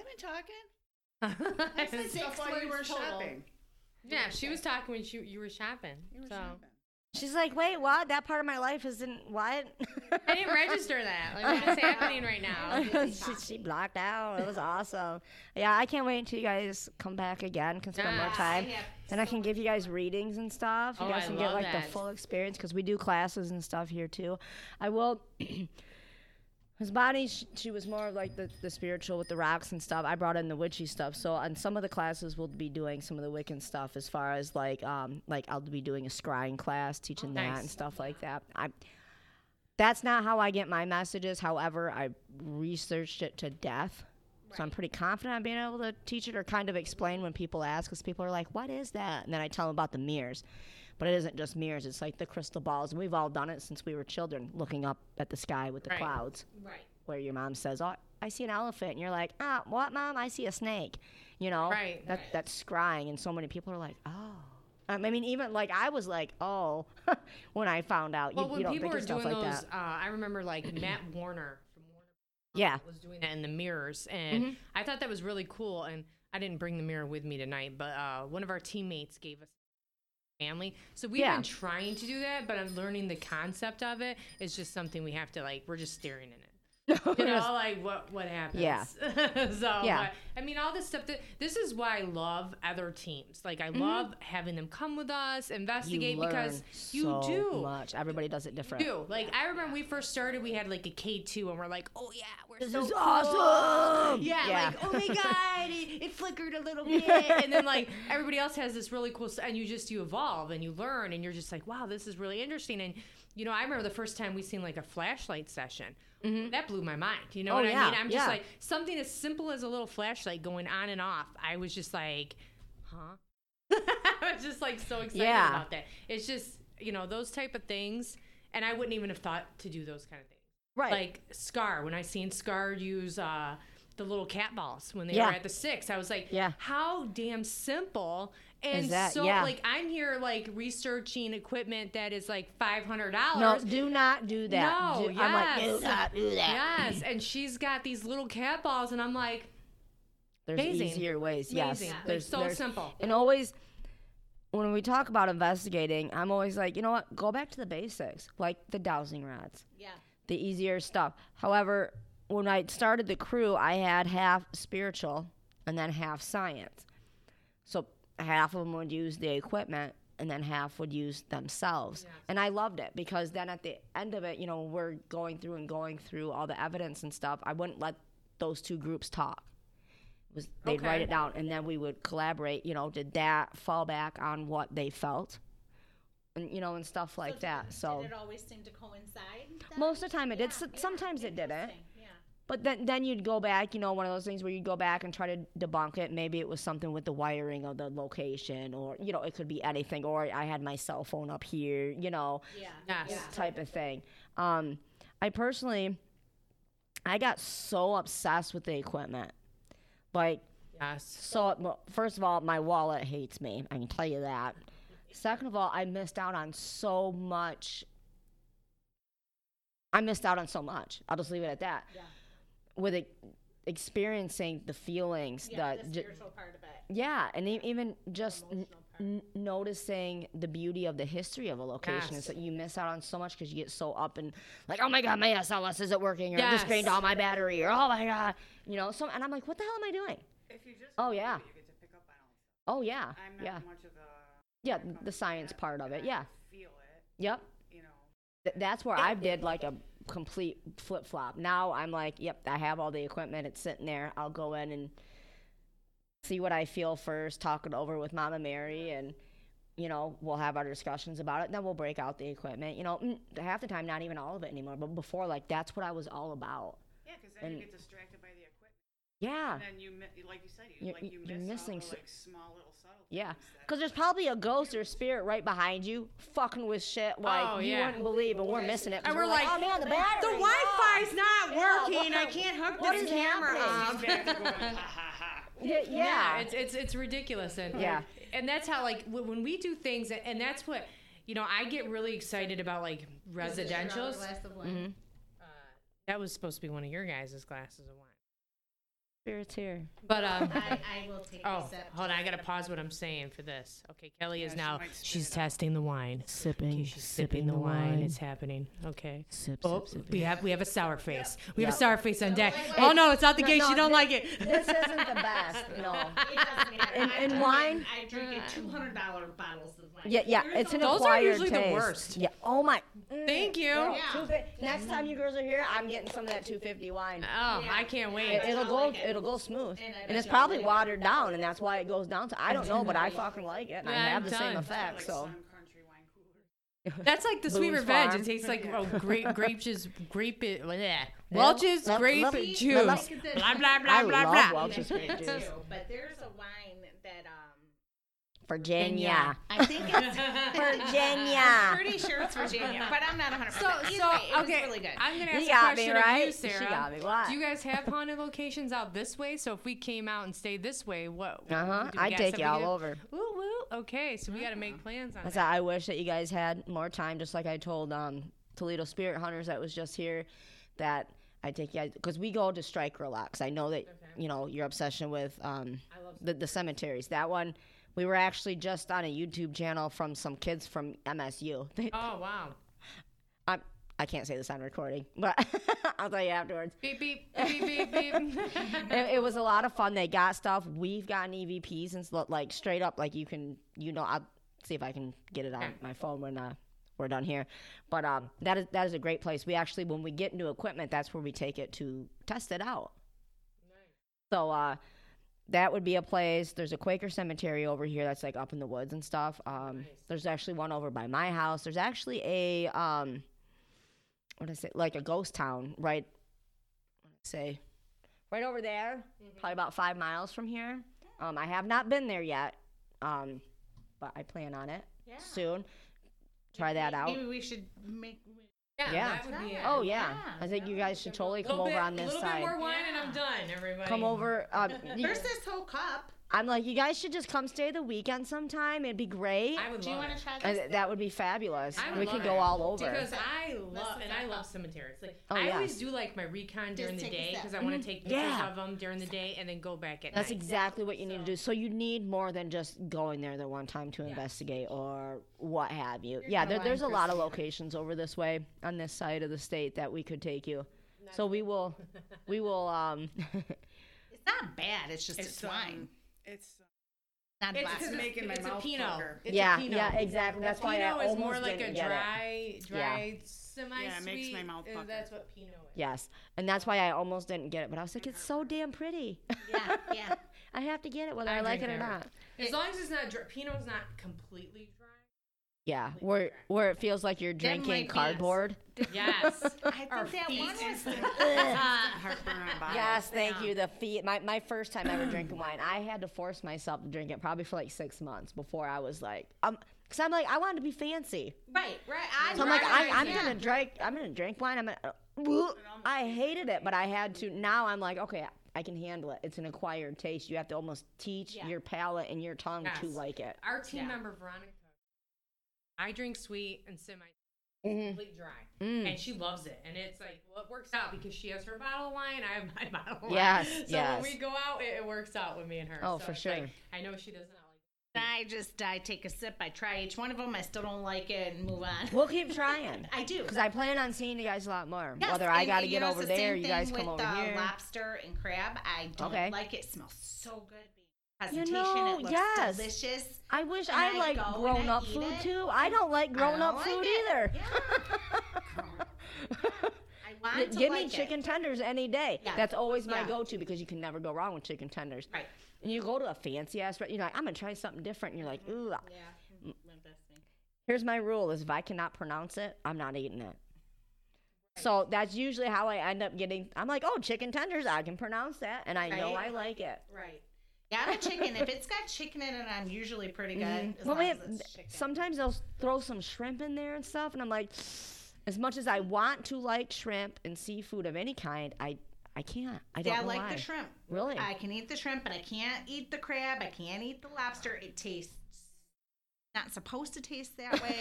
I've been talking. Six Stuff while you words were total. shopping. yeah, she was talking when she, you were shopping. You were so shopping. She's like, wait, what? That part of my life isn't what? I didn't register that. Like, what is happening right now? she, she blocked out. It was awesome. Yeah, I can't wait until you guys come back again. Can spend more Yes. time. I have Then I can give you guys readings and stuff. You Oh, guys I can get love like that. the full experience because we do classes and stuff here too. I will. His body, she, she was more of like the, the spiritual with the rocks and stuff. I brought in the witchy stuff. So on some of the classes, we'll be doing some of the Wiccan stuff as far as like um like I'll be doing a scrying class, teaching that Oh, nice. and stuff like that. I that's not how I get my messages. However, I researched it to death. So I'm pretty confident on being able to teach it or kind of explain when people ask because people are like, what is that? And then I tell them about the mirrors. But it isn't just mirrors, it's like the crystal balls. And we've all done it since we were children, looking up at the sky with the Right. clouds, Right. where your mom says, oh, I see an elephant. And you're like, ah, what, mom? I see a snake. You know, Right. That, that's scrying. And so many people are like, oh. Um, I mean, even like I was like, oh, when I found out. Well, you, when you don't people think were of stuff doing like those, that. uh, I remember like Matt Warner from Warner Yeah. Mm-hmm. was doing that in the mirrors, and I thought that was really cool. And I didn't bring the mirror with me tonight, but uh, one of our teammates gave us family, so we've Yeah. been trying to do that. But I'm learning the concept of it. It's just something we have to like. We're just staring in it. You know, like what what happens? Yeah. so Yeah. but, I mean, all this stuff. That, this is why I love other teams. Like I love having them come with us, Mm-hmm. You investigate learn because you so do. much. Everybody does it different. do. Like I remember we first started, we had like a K two, and we're like, oh yeah, we're This so is cool. awesome. Yeah, like oh my god, it, it flickered a little bit, and then like everybody else has this really cool, st- and you just you evolve and you learn, and you're just like, wow, this is really interesting, and you know, I remember the first time we seen like a flashlight session. That blew my mind. You know Mm-hmm. Oh, what yeah, I mean? I'm just yeah. like something as simple as a little flashlight going on and off. I was just like, huh? I was just like so excited Yeah. about that. It's just you know those type of things, and I wouldn't even have thought to do those kind of things. Right. Like Scar, when I seen Scar use uh, the little cat balls when they Yeah. were at the six, I was like, Yeah. how damn simple and Is that- so yeah. like I'm here like researching equipment that is like five hundred no, dollars. do not do that. No, Do- I'm like, yes. do not do that. Yes, and she's got these little cat balls, and I'm like, There's Amazing. easier ways. Amazing. Yes. Like, so simple. And always, when we talk about investigating, I'm always like, you know what? Go back to the basics, like the dowsing rods. Yeah. the easier stuff. However, when I started the crew, I had half spiritual and then half science. So half of them would use the equipment and then half would use themselves. And I loved it because then at the end of it, you know, we're going through and going through all the evidence and stuff. I wouldn't let those two groups talk. It was they'd write Okay. it down and then we would collaborate, you know, did that fall back on what they felt? And you know, and stuff like that. So Did it always seem to coincide? then? most of the time it did. Yeah, S- yeah, Sometimes it didn't. interesting, Yeah. But then, then you'd go back, you know, one of those things where you'd go back and try to debunk it. Maybe it was something with the wiring of the location, or, you know, it could be anything. Or I had my cell phone up here, you know, Yeah. yes, this type of thing. Um, I personally, I got so obsessed with the equipment. Like, yes, so, well, first of all, my wallet hates me. I can tell you that. Second of all, I missed out on so much. I missed out on so much. I'll just leave it at that. Yeah. With e experiencing the feelings, Yeah, the, the ju- spiritual part of it. yeah, and e- even just n- n- noticing the beauty of the history of a location Yes. is that you miss out on so much because you get so up and like, oh my god, my SLS isn't working, or this Yes. drained all my battery, or oh my god, you know. So, and I'm like, what the hell am I doing? If you just Oh, Google it, yeah. you get to pick up on all Oh this. yeah, I'm yeah, not much of a yeah. The science part of it, yeah, feel it, yep. you know. Th- that's where I did like a complete flip flop. Now I'm like, yep, I have all the equipment. It's sitting there. I'll go in and see what I feel first. Talk it over with Mama Mary, and you know, we'll have our discussions about it. Then we'll break out the equipment. You know, mm, half the time, not even all of it anymore. But before, like, that's what I was all about. Yeah, because then And- you get distracted by the equipment, Yeah, and then you, mi- like you said, You- you, like you- you you're miss missing all s- the like small little subtle. yeah. things that- Because there's probably a ghost or spirit right behind you, fucking with shit like Oh, you yeah. wouldn't believe, and we're missing it. 'cause And we're like, oh man, the battery. the Wi-Fi's not Yeah, working. I what- can't hook what this is camera happening? up. Back to going, "Ah, ha ha ha. Yeah, yeah. it's it's it's ridiculous, and Yeah. and that's how like when when we do things, and that's what you know. I get really excited about like residentials. Mm-hmm. That was supposed to be one of your guys' glasses of wine, spirits here. but um. I, I will take Oh, a sip. hold on. I gotta pause what I'm saying for this. Okay, Kelly is she now might spit she's it out. testing the wine. Sipping, Okay, she's sipping, the wine. It's happening. Okay. Sip, oh, sip, sip, we have we have a sour face. We have Yep. a sour face on deck. Oh no, it's out the No, gate. no, she don't thi- like it. This isn't the best. No. It doesn't matter. And- I and drink- wine? I drink a two hundred dollar bottles of wine. Yeah, yeah. It's an Those are acquired usually the taste. worst. Yeah. Oh my. Mm, Thank you. girl, Yeah. 250 Next time you girls are here, I'm getting some of that 250 wine. Oh, I can't wait. It, will I go. like it. It'll go smooth, And I and, bet it's y'all probably like it. watered down, and that's why it goes down. So I don't know, but I fucking like it, and I Yeah, have I'm the same telling. effect. Like So Sun Country wine cooler. That's like the sweet Boone's revenge. Farm. It tastes like oh, grape grape juice, grape it, bleh. Welch's Love- grape love- juice. love- Blah blah blah I blah love blah. Welch's. That's great too, But there's a wine that um. Virginia, I think it's. I'm Virginia. pretty sure it's Virginia, but I'm not 100. So, percent so it okay, was really good. I'm gonna You got ask a me, question of right? you, She Sarah. got me. What? Do you guys have haunted locations out this way? So if we came out and stayed this way, what? Uh huh. I take you all over. Woo woo. Okay, so we got to Uh-huh. make plans on That's that. how I wish that you guys had more time, just like I told um, Toledo Spirit Hunters that was just here, that I take you guys because we go to Strike Relax. I know that you know your obsession with um, the, the cemeteries. That one, we were actually just on a YouTube channel from some kids from MSU. They, Oh wow. I'm, I can't say this on recording, but I'll tell you afterwards. Beep beep beep beep beep. it, it was a lot of fun. They got stuff. We've gotten EVPs and stuff, like straight up, like you can, you know, I'll see if I can get it on my phone when uh, we're done here. But um, that is that is a great place. We actually, when we get new equipment, that's where we take it to test it out. So uh, that would be a place. There's a Quaker cemetery over here that's like up in the woods and stuff. Um, There's actually one over by my house. There's actually a um, what is it like a ghost town right? what did I Say, right over there, Mm-hmm. probably about five miles from here. Um, I have not been there yet, um, but I plan on it Yeah. soon. Try that out. Maybe we should make. Yeah, Yeah. that would be it. Oh yeah, Yeah, I think you guys should totally come Little over bit- on this little side. bit more wine and I'm done, everybody. come over. Um, you- There's this whole cup. I'm like, you guys should just come stay the weekend sometime. It'd be great. I would Do you love want it. to try Uh, this? that would be fabulous. I would We love could it. go all over. Because I love Listen, and I love cemeteries. Like Oh, I yeah. always do like my recon during the take a day sip. because I want to take pictures Yeah. of them during the day and then go back at That's night. exactly what you need to do. So you need more than just going there the one time to investigate or what have you. yeah, there, there's a lot of locations over this way on this side of the state that we could take you. So we will, we will. Um, It's not bad. It's just it's, um, wine. It's um, Not It's, black. it's, It's making my it's mouth a Pinot. water. It's yeah, a Pinot. yeah, exactly. That's why I Pinot is almost more like didn't a get it. dry, dry, semi-sweet. Yeah, it makes my mouth uh, pucker. That's what Pinot is. Yes, and that's why I almost didn't get it. But I was like, it's so damn pretty. yeah, yeah. I have to get it whether I, I like it drink or that. not. As long as it's not dry, Pinot's not completely dry. Yeah, where where it feels like you're might be drinking us. cardboard. Yes. I think that one was heartburn on bottom. Yes, thank you. The feet. My, my first time ever drinking wine, I had to force myself to drink it probably for like six months before I was like, um, because I'm like I wanted to be fancy. right, right. I, So I'm like I, I'm yeah. gonna drink. I'm gonna drink wine. I'm gonna. uh, woo. I hated it, but I had to. Now I'm like, okay, I can handle it. It's an acquired taste. You have to almost teach your palate and your tongue to Yes. like it. Our team member Veronica, I drink sweet and semi Mm-hmm. completely dry, Mm. and she loves it. And it's like well, it works out because she has her bottle of wine, I have my bottle of wine. Yes, so yes. when we go out, it, it works out with me and her. Oh, So for it's like, sure. I know she does not like. I just I take a sip. I try each one of them. I still don't like it, and move on. We'll keep trying. I do. Because I plan on seeing you guys a lot more. Yes, Whether I and, got to you get know, it's over the same there, you thing guys with come over the here. Lobster and crab, I don't Okay. like it. it. Smells so good. You Presentation, know, it looks yes. delicious. I wish and I, I liked go and grown I up eat food it. too. I don't like grown up don't food like it. either. I want to Give like me chicken It. tenders any day. Yeah. That's always my Yeah. go to because you can never go wrong with chicken tenders. Right. And you go to a fancy ass restaurant, you're like, I'm going to try something different. And you're like, ooh. Yeah. Mm. Here's my rule is if I cannot pronounce it, I'm not eating it. So that's usually how I end up getting. I'm like, oh, chicken tenders, I can pronounce that. And I know I Right. like it. Right. Yeah, I'm a chicken. if it's got chicken in it, I'm usually pretty good. As Mm-hmm. Well, long we as have- it's chicken. sometimes they'll throw some shrimp in there and stuff, and I'm like, as much as I want to like shrimp and seafood of any kind, I I can't. I don't Yeah, I know like why. the shrimp. Really? I can eat the shrimp, but I can't eat the crab. I can't eat the lobster. It tastes not supposed to taste that way.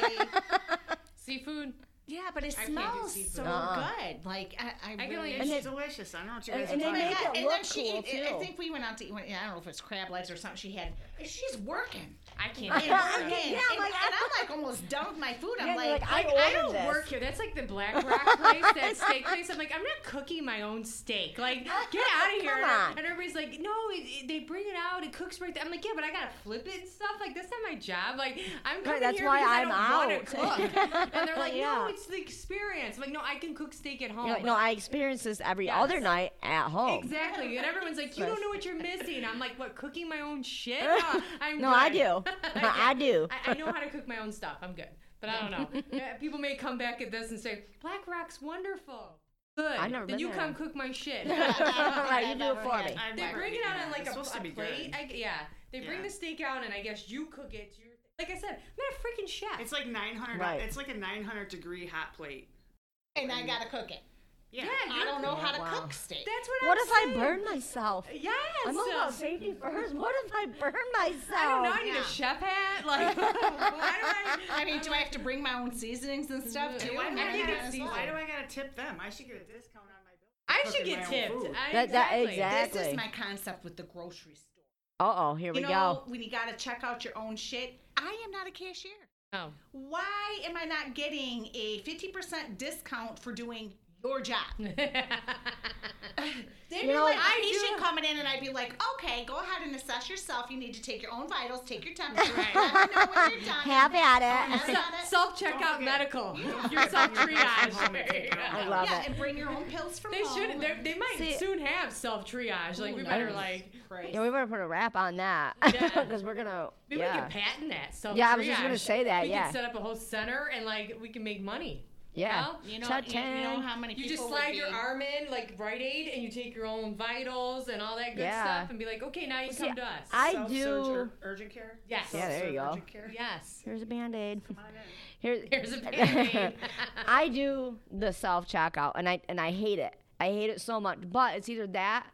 Seafood. Yeah, but it I can't do smells seafood. so Uh-uh. good. Like I, I, can really. Oh only And It's it- delicious. I don't know what you and- guys and are they talking make about. it and look then she, cool, ate- I too. think we went out to eat. one- I don't know if it was crab legs or something she had. And She's working. I can't. And do working. that. Yeah, and, I'm like- and I'm like almost done with my food. I'm Yeah, you're like, like, I, I I ordered don't this. work here. That's like the Black Rock place, that steak place. I'm like, I'm not cooking my own steak. Like, get out of here. Uh, Come And- on. And everybody's like, no, it, it- they bring it out. It cooks right there. I'm like, yeah, but I gotta flip it and stuff. Like, that's not my job. Like, I'm coming that's here why because I'm I out. don't want to cook. and they're like, no, Yeah. it's the experience. I'm like, no, I can cook steak at home. You're like, no, I experience this every Yes. other night at home. Exactly, and everyone's like, "You don't know what you're missing." I'm like, "What? Cooking my own shit? No, I'm No, I good." do. Uh-huh, I do. I, I know how to cook my own stuff. I'm good. But I don't know. Uh, People may come back at this and say, Black Rock's wonderful. Good. I've never then been you there. come cook my shit. Right, you do it for me. I've they never bring it eaten out that. on like It's a, supposed to a be plate. good. I, yeah. They bring Yeah. the steak out and I guess you cook it. To your, like I said, I'm not a freaking chef. It's like 900. Right. It's like a 900 degree hot plate. and I gotta cook it. Yeah. yeah, I you're, don't know how to Wow. cook steak. That's What what, I'm if I saying. burn myself? Yes. I'm all about safety first. What if I burn myself? I don't know. I need yeah. a chef hat. Like, why do I? I mean, do I have to bring my own seasonings and stuff too? Why I'm do gonna I have gotta- this seasoned. why do I gotta tip them? I should get a discount on my bill. I should get Cooking my own tipped. food. I- That- that- This exactly. is my concept with the grocery store. Uh oh, here we You know, go. when you gotta check out your own shit. I am not a cashier. Oh. why am I not getting a 50% discount for doing your job. They'd be know, like I a patient coming in, and I'd be like, okay, go ahead and assess yourself. You need to take your own vitals, take your temperature, let me know when you're done. Have at it. Have at it. Self checkout medical. Your self triage. I love yeah, it. and bring your own pills from They home. should. they're- They might See- soon have self triage. Like we better like Yeah, we better put a wrap on that Yeah. because we're gonna. maybe we yeah, can patent that self triage. Yeah, I was just gonna say that, We yeah. can set up a whole center and like we can make money. yeah. Well, You know, Shut you, you know down. how many You people just would slide your be- arm in like Rite Aid and you take your own vitals and all that good Yeah. stuff and be like, okay, now you See, come to us. I Self-surge do. ur- urgent care. Yes. Yeah, there you Self-serve go. Urgent care. Yes. Here's a band aid. Here, Here's a Band-Aid. I do the self checkout, and I and I hate it. I hate it so much. But it's either that,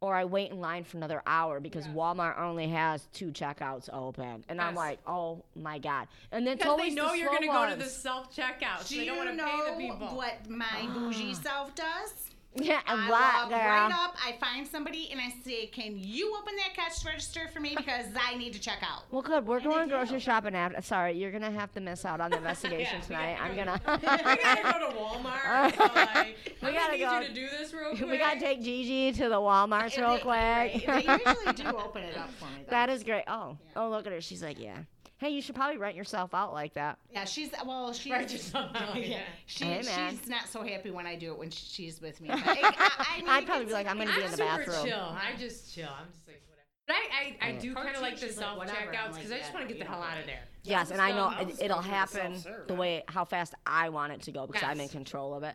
or I wait in line for another hour because Walmart only has two checkouts open, and I'm Yes. like, oh my god. And it's Because they always know the you're slow going to go to the ones. self checkout. So Do they you don't want to pay know the people. what my bougie self does? yeah a I lot, walk right girl. up. I find somebody and I say, "Can you open that cash register for me because I need to check out." Well, good. We're going grocery shopping after. Sorry, you're gonna have to miss out on the investigation tonight. I'm gonna. we gotta go to Walmart. So like, We we gotta gotta need go- you to do this real quick. we gotta take Gigi to the Walmart's real quick. They usually do open it up for me. Though. That is great. Oh, oh, look at her. She's like, yeah. Hey, you should probably rent yourself out like that. Yeah, she's well, she's somehow, yeah. she, Hey, man. she's not so happy when I do it when sh- she's with me. But I, I, I mean, I'd it probably gets be like, I'm gonna be I'm in the super bathroom. chill. I just chill. I'm just like whatever. But I, I, I do Her kind of like the teacher's like, self whatever. I'm checkouts like, because I just yeah, want to you get the hell don't out of there. Yes, and I know I'll just it, it'll go to the happen self-serve. the way how fast I want it to go because I'm in Yes. control of it.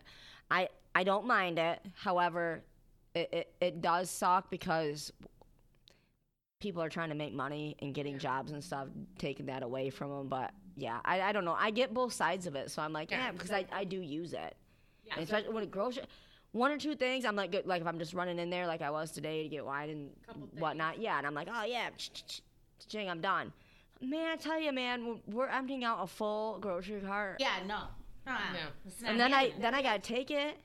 I I don't mind it. However, it it, it does suck because people are trying to make money and getting jobs and stuff, taking that away from them. But yeah, I, I don't know. I get both sides of it, so I'm like, Yeah, yeah, because I, I do use it, And especially when it grows. One or two things, I'm like, good, like if I'm just running in there like I was today to get wine and whatnot, yeah, and I'm like, oh yeah, jing, I'm done. Man, I tell you, man, we're- we're emptying out a full grocery cart, Yeah, no. Uh, No. it's and not then I happening. then I gotta take it.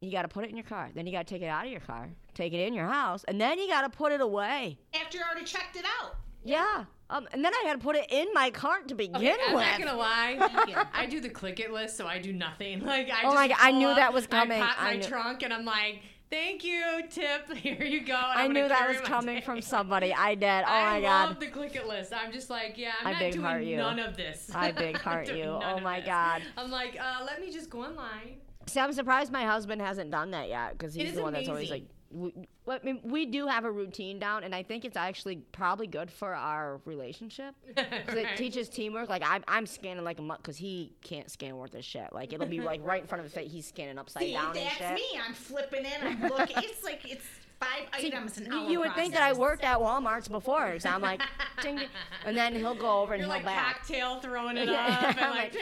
You gotta put it in your car. Then you gotta take it out of your car, take it in your house, and then you gotta put it away. after you already checked it out. Yeah. Um, and then I had to put it in my cart to begin Okay, I'm with. not gonna lie. I do the click it list, so I do nothing. Like I. Oh just my God, I pull knew up, that was coming. I pop I my knew- trunk, and I'm like, "Thank you, tip. Here you go." and I I'm gonna knew that carry was my coming day. from somebody. I did. Oh I my love god. the click it list. I'm just like, yeah, I I'm not big doing heart you. none of this. I big I'm not heart doing you. none Oh of my this. God. I'm like, uh, let me just go online. See, I'm surprised my husband hasn't done that yet because he's is the one that's always like. amazing. We, well, I mean, we do have a routine down, and I think it's actually probably good for our relationship. 'Cause it Right. teaches teamwork. Like I'm, I'm scanning like a muck because he can't scan worth a shit. Like it'll be like right in front of his face. He's scanning upside See, down and that's shit. me. I'm flipping in. I'm looking. it's like it's five items an You, hour. you would think that I process. worked at Walmart's before, so I'm like, ding, ding. and then he'll go over and You're he'll like back. cocktail throwing it Yeah, up. I'm And like,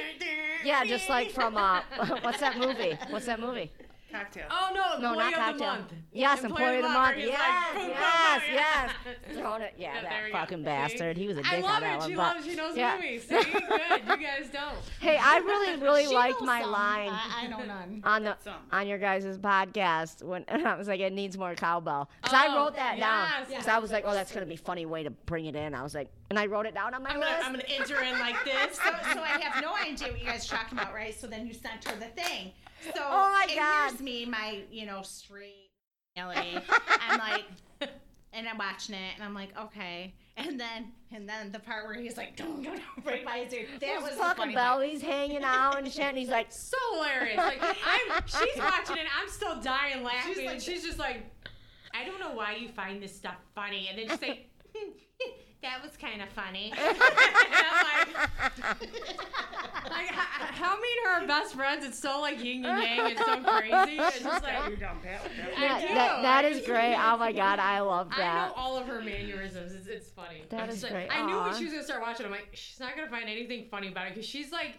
Yeah, just like from uh, what's that movie? What's that movie? Cocktail. Oh no, No, employee not of the cocktail. month. Yes, employee of the month. He's Yes, boom, boom, yes, boom. yes. Throwing it. Yeah, Yeah, there that we go. fucking See? bastard. He was a dick I on love that it. one. She but- loves. She knows yeah. movies. See, good. You guys don't. Hey, I really, really She liked knows my some. line I, I know none. on the Some. on your guys' podcast when I was like, it needs more cowbell because I Oh, wrote that down yes. because I was like, oh, that's gonna be a funny way to bring it in. I was like, and I wrote it down on my I'm gonna, list. I'm gonna enter in like this. So, so I have no idea what you guys are talking about, right? So then you sent her the thing. So Oh my and God. here's me, my you know straight melody. I'm like, and I'm watching it, and I'm like, okay. And then and then the part where he's like, dun, dun, dun, right by his ear. That was the fucking funny part. bellies hanging out and shit, and he's like, so hilarious. Like I'm, she's watching it. I'm still dying laughing. She's She's, like- she's just like, I don't know why you find this stuff funny, and then she's like, "Hmm, that was kind of funny. and I'm like, like, h- h- how me and her are best friends. It's so like yin and yang. It's so crazy. It's just Yeah, like. you're down pat with that. I that, do. that, that I is just- great. Oh my god, I love I that. know all of her mannerisms. It's, it's funny. That I'm is just like, great. I knew Aw. when she was gonna start watching. I'm like, she's not gonna find anything funny about it because she's like,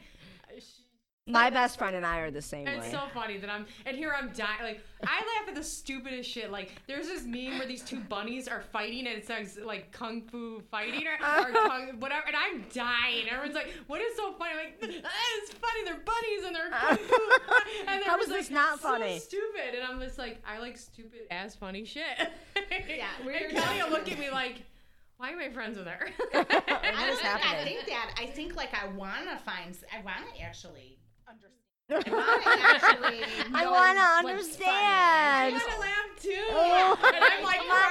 she, My best friend and I are the same it's way. so funny that I'm and here I'm dying. Like I laugh at the stupidest shit. Like there's this meme where these two bunnies are fighting and it says like kung fu fighting or, or kung, whatever, and I'm dying. Everyone's like, what is so funny? I'm like "Ah, it's funny. They're bunnies and they're kung fu. And How everyone's is this like, not "So funny?" stupid. And I'm just like, I like stupid ass funny shit. Yeah, we were and Kelly will talking- look at me like, why am I friends with her? What I, is think- I happening? think that I think like I wanna find I wanna actually understand actually I knows want to what's funny. understand. I wanna laugh too. Oh, and I'm like, come on,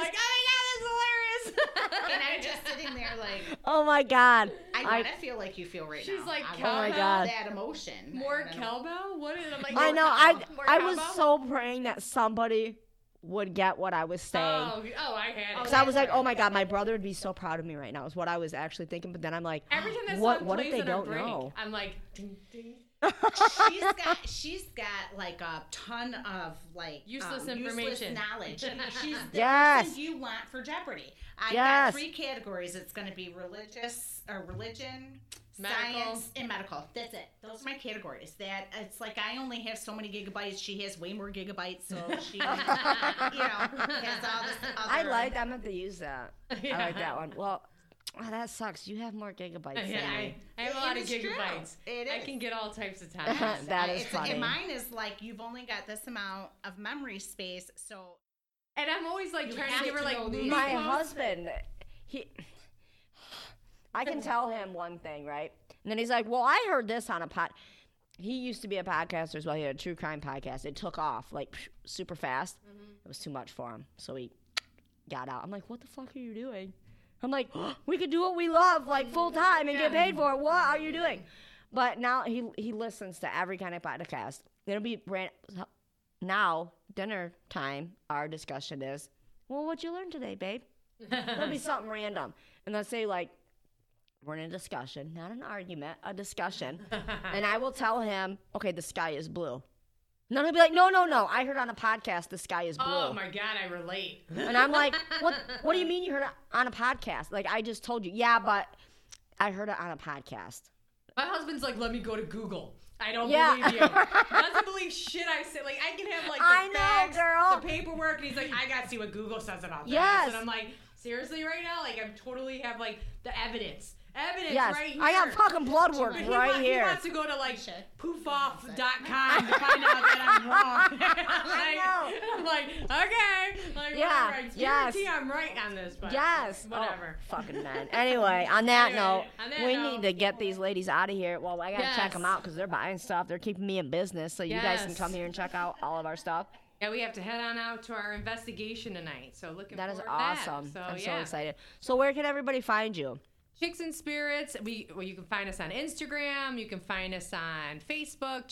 guys. I'm like, oh my god, that's hilarious. And I'm just sitting there like, Oh my god. I I- want to feel like you feel right now. She's like, I "Cowbell?" Oh my want God. that emotion. More And then- cowbell? What is? I'm like, I more know. I cowbell? More I was cowbell? so praying that somebody would get what I was saying. Oh, oh, I had it. Because I was like, oh my god, my brother would be so proud of me right now. Is what I was actually thinking. But then I'm like, Every time that what? song what if plays they in our don't break, know? I'm like, ding, ding. she's got she's got like a ton of like um, Useless information. useless knowledge. She's the Yes. person you want for Jeopardy. I Yes. got three categories. It's going to be religious or religion, Medical. science, and medical. That's it. Those are my categories. That it's like I only have so many gigabytes. She has way more gigabytes, so she you know has all this. Other, I like. I'm gonna use that. Yeah. I like that one. Well, oh, that sucks. You have more gigabytes Yeah, than I, me. I have a It lot of is true. gigabytes. It I is. can get all types of times. that I- is it's- funny. And mine is like you've only got this amount of memory space, so and I'm always like trying have to give her to like know these. My loopholes. husband, he. I can tell him one thing, right? And then he's like, "Well, I heard this on a pod." He used to be a podcaster as well. He had a true crime podcast. It took off like psh, super fast. It was too much for him, so he got out. I'm like, "What the fuck are you doing?" I'm like, "We could do what we love like full time and get paid for it. What are you doing?" But now he he listens to every kind of podcast. It'll be brand now dinner time. Our discussion is, "Well, what'd you learn today, babe?" It'll be something random, and they'll say like, "We're in a discussion, not an argument, a discussion." and I will tell him, "Okay, the sky is blue." And then he'll be like, "No, no, no! I heard on a podcast the sky is blue." Oh my god, I relate. And I'm like, what? What do you mean you heard it on a podcast? Like I just told you, yeah, but I heard it on a podcast. My husband's like, let me go to Google. I don't Yeah. believe you. Doesn't believe shit I say. Like I can have like the I know, facts, girl. the paperwork, and he's like, I gotta see what Google says about this. Yes. And I'm like, seriously, right now, like I'm totally have like the evidence, evidence yes, right here. I got fucking blood work But he right wa- he here. wants to go to like Shit. poofoff.com to find out that I'm wrong. I Like, I'm like, okay. Like, Yeah, whatever. I yes. guarantee I'm right on this, but Yes. Oh, whatever. fucking men. Anyway, on that Anyway, note, on that we note- need to get these ladies out of here. Well, I gotta check Yes. them out because they're buying stuff. They're keeping me in business, so you guys can Yes. come here and check out all of our stuff. Yeah, we have to head on out to our investigation tonight. So looking That is forward to awesome. that. So I'm so yeah. excited. So where can everybody find you? Chicks and Spirits. We well, you can find us on Instagram. You can find us on Facebook,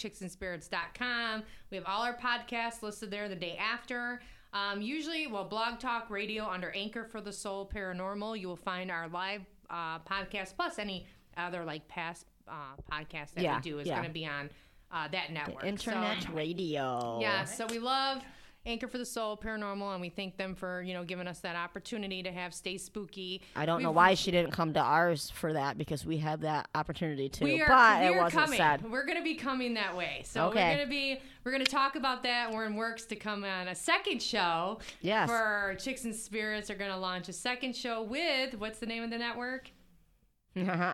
chicksandspirits.com. We have all our podcasts listed there the day after. Um, usually, well, Blog Talk Radio under Anchor for the Soul Paranormal. You will find our live uh, podcast plus any other like past uh, podcast that Yeah, we do is yeah. going to be on uh, that network. So- Internet radio. yeah, so we love Anchor for the Soul Paranormal, and we thank them for you know giving us that opportunity to have Stay Spooky. I don't know We've- why she didn't come to ours for that because we had that opportunity too. We are, but we it are wasn't coming. said. We're gonna be coming that way. So Okay. we're gonna be we're gonna talk about that. We're in works to come on a second show. Yes. For Chicks and Spirits are gonna launch a second show with what's the name of the network?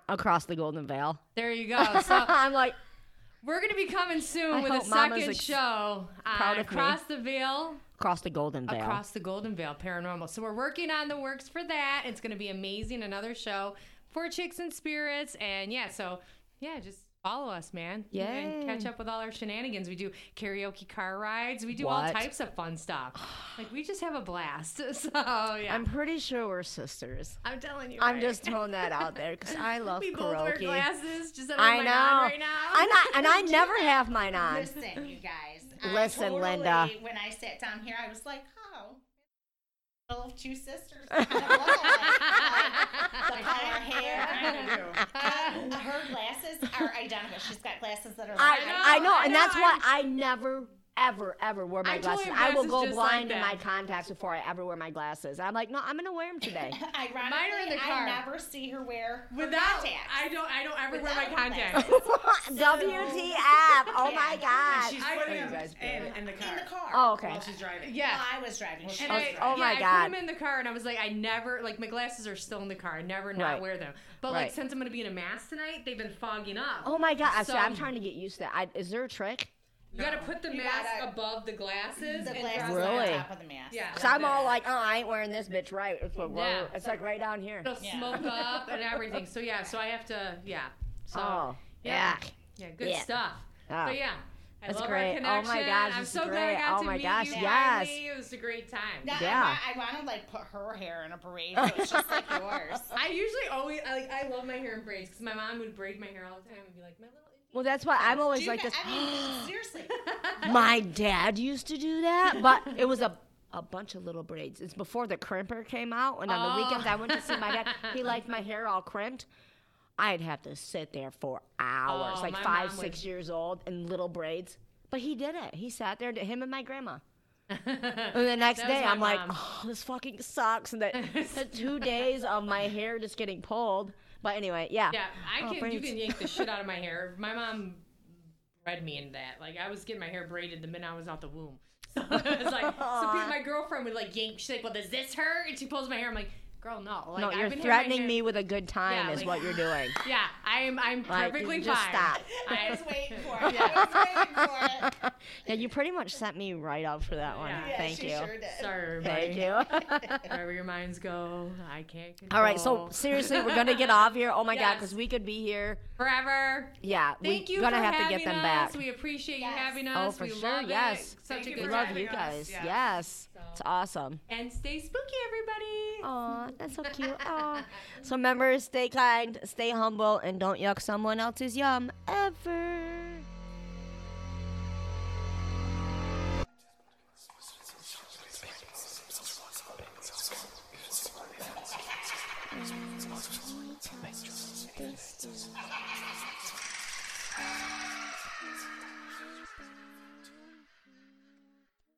Across the Golden Veil. There you go. So I'm like, we're gonna be coming soon I with a hope Mama's second ex- show proud on of me. Across the Veil. across the Golden Veil. across the Golden Veil Paranormal. So we're working on the works for that. It's going to be amazing. Another show for chicks and spirits, and yeah, so yeah, just follow us, man. Yeah, and Yay. catch up with all our shenanigans. We do karaoke car rides. We do all What? types of fun stuff. like we just have a blast. So yeah, I'm I'm, pretty sure we're sisters. telling you, I'm right? just throwing that out there because I love we both wear karaoke. glasses. Just that I I know. know. Right now. And I and I never have mine on. Listen, you guys. Listen, I totally, Linda. When I sat down here, I was like, oh, middle of two sisters. kind of look alike. Like, the color hair. kind of- Uh, her glasses are identical. She's got glasses that are. I like- I know, I and know, that's why I never. Ever, ever wear my I totally glasses. I will glasses go just like blind in that. my contacts before I ever wear my glasses. I'm like, no, I'm gonna wear them today. Ironically, Mine are in the car. I never see her wear her Without, contacts. I don't. I don't ever wear my Without contacts. WTF? Oh my god! She's I- putting You them guys in, better. in the car. in the car. Oh, okay. While she's driving. Yeah. While I was driving. She And was I, driving. Oh yeah, my I God. put them in the car, and I was like, I never like my glasses are still in the car. I never not Right. wear them. But Right. like since I'm gonna be in a mask tonight, they've been fogging up. Oh my god! I see, So- I'm trying to get used to that. I, is there a trick? you gotta put the You mask gotta- above the glasses. The and dress glasses Really? it. on top of the mask. Yeah. Cause I'm all like, oh, I ain't wearing this bitch right. It's, what we're- Yeah. it's like right down here. It'll Yeah. smoke up and everything. So yeah, so I have to yeah. So Oh, yeah, yuck. yeah, good Yeah. stuff. Oh. So yeah. I That's love great. our Oh connection. my gosh, I'm this is so glad I great. got Oh to my meet gosh, you yes. finally. It was a great time. Now, Yeah. I, want, I want to like put her hair in a braid. So it's just like yours. I usually always I, like I love my hair in braids because my mom would braid my hair all the time and be like, my little. Well, that's why I'm Do always you like kn- this. I mean, seriously. My dad used to do that, but it was a a bunch of little braids. It's before the crimper came out, and on the Oh. weekends I went to see my dad. He liked my hair all crimped. I'd have to sit there for hours, Oh, like my five, mom six would- years old, and little braids. But he did it. He sat there, and did him and my grandma. And the next Oh, That was day, my I'm like, mom. oh, this fucking sucks. And that the two days of my hair just getting pulled. But anyway, yeah. Yeah, I Oh, can. you braids. can yank the shit out of my hair. My mom bred me into that. Like I was getting my hair braided the minute I was out the womb. So it was like, so people, my girlfriend would like yank. She's like, "Well, does this hurt?" And she pulls my hair. I'm like, "Girl, no." Like, no, I've you're been having my threatening hair- me with a good time Yeah, is like- what you're doing. Yeah, I'm. I'm Like, perfectly just fine. stop. I I, was waiting for it. I was waiting for it. yeah, you pretty much set me right up for that one. Yeah. Yeah, Thank she you. Sure did. sorry, Thank everybody. you. Wherever your minds go, I can't. Control. All right, so seriously, we're gonna get off here. Oh my god, Yes. because we could be here. forever. Yeah, Thank we you gonna for have to having get them us. back. We appreciate Yes. you having oh, us. for we sure. love it. Yes, Such Thank a you good we for love time. having you us. guys. Yeah. Yes, So- it's awesome. And stay spooky, everybody. Oh, that's so cute. Oh, so remember, stay kind, stay humble, and don't yuck someone else's yum ever. This is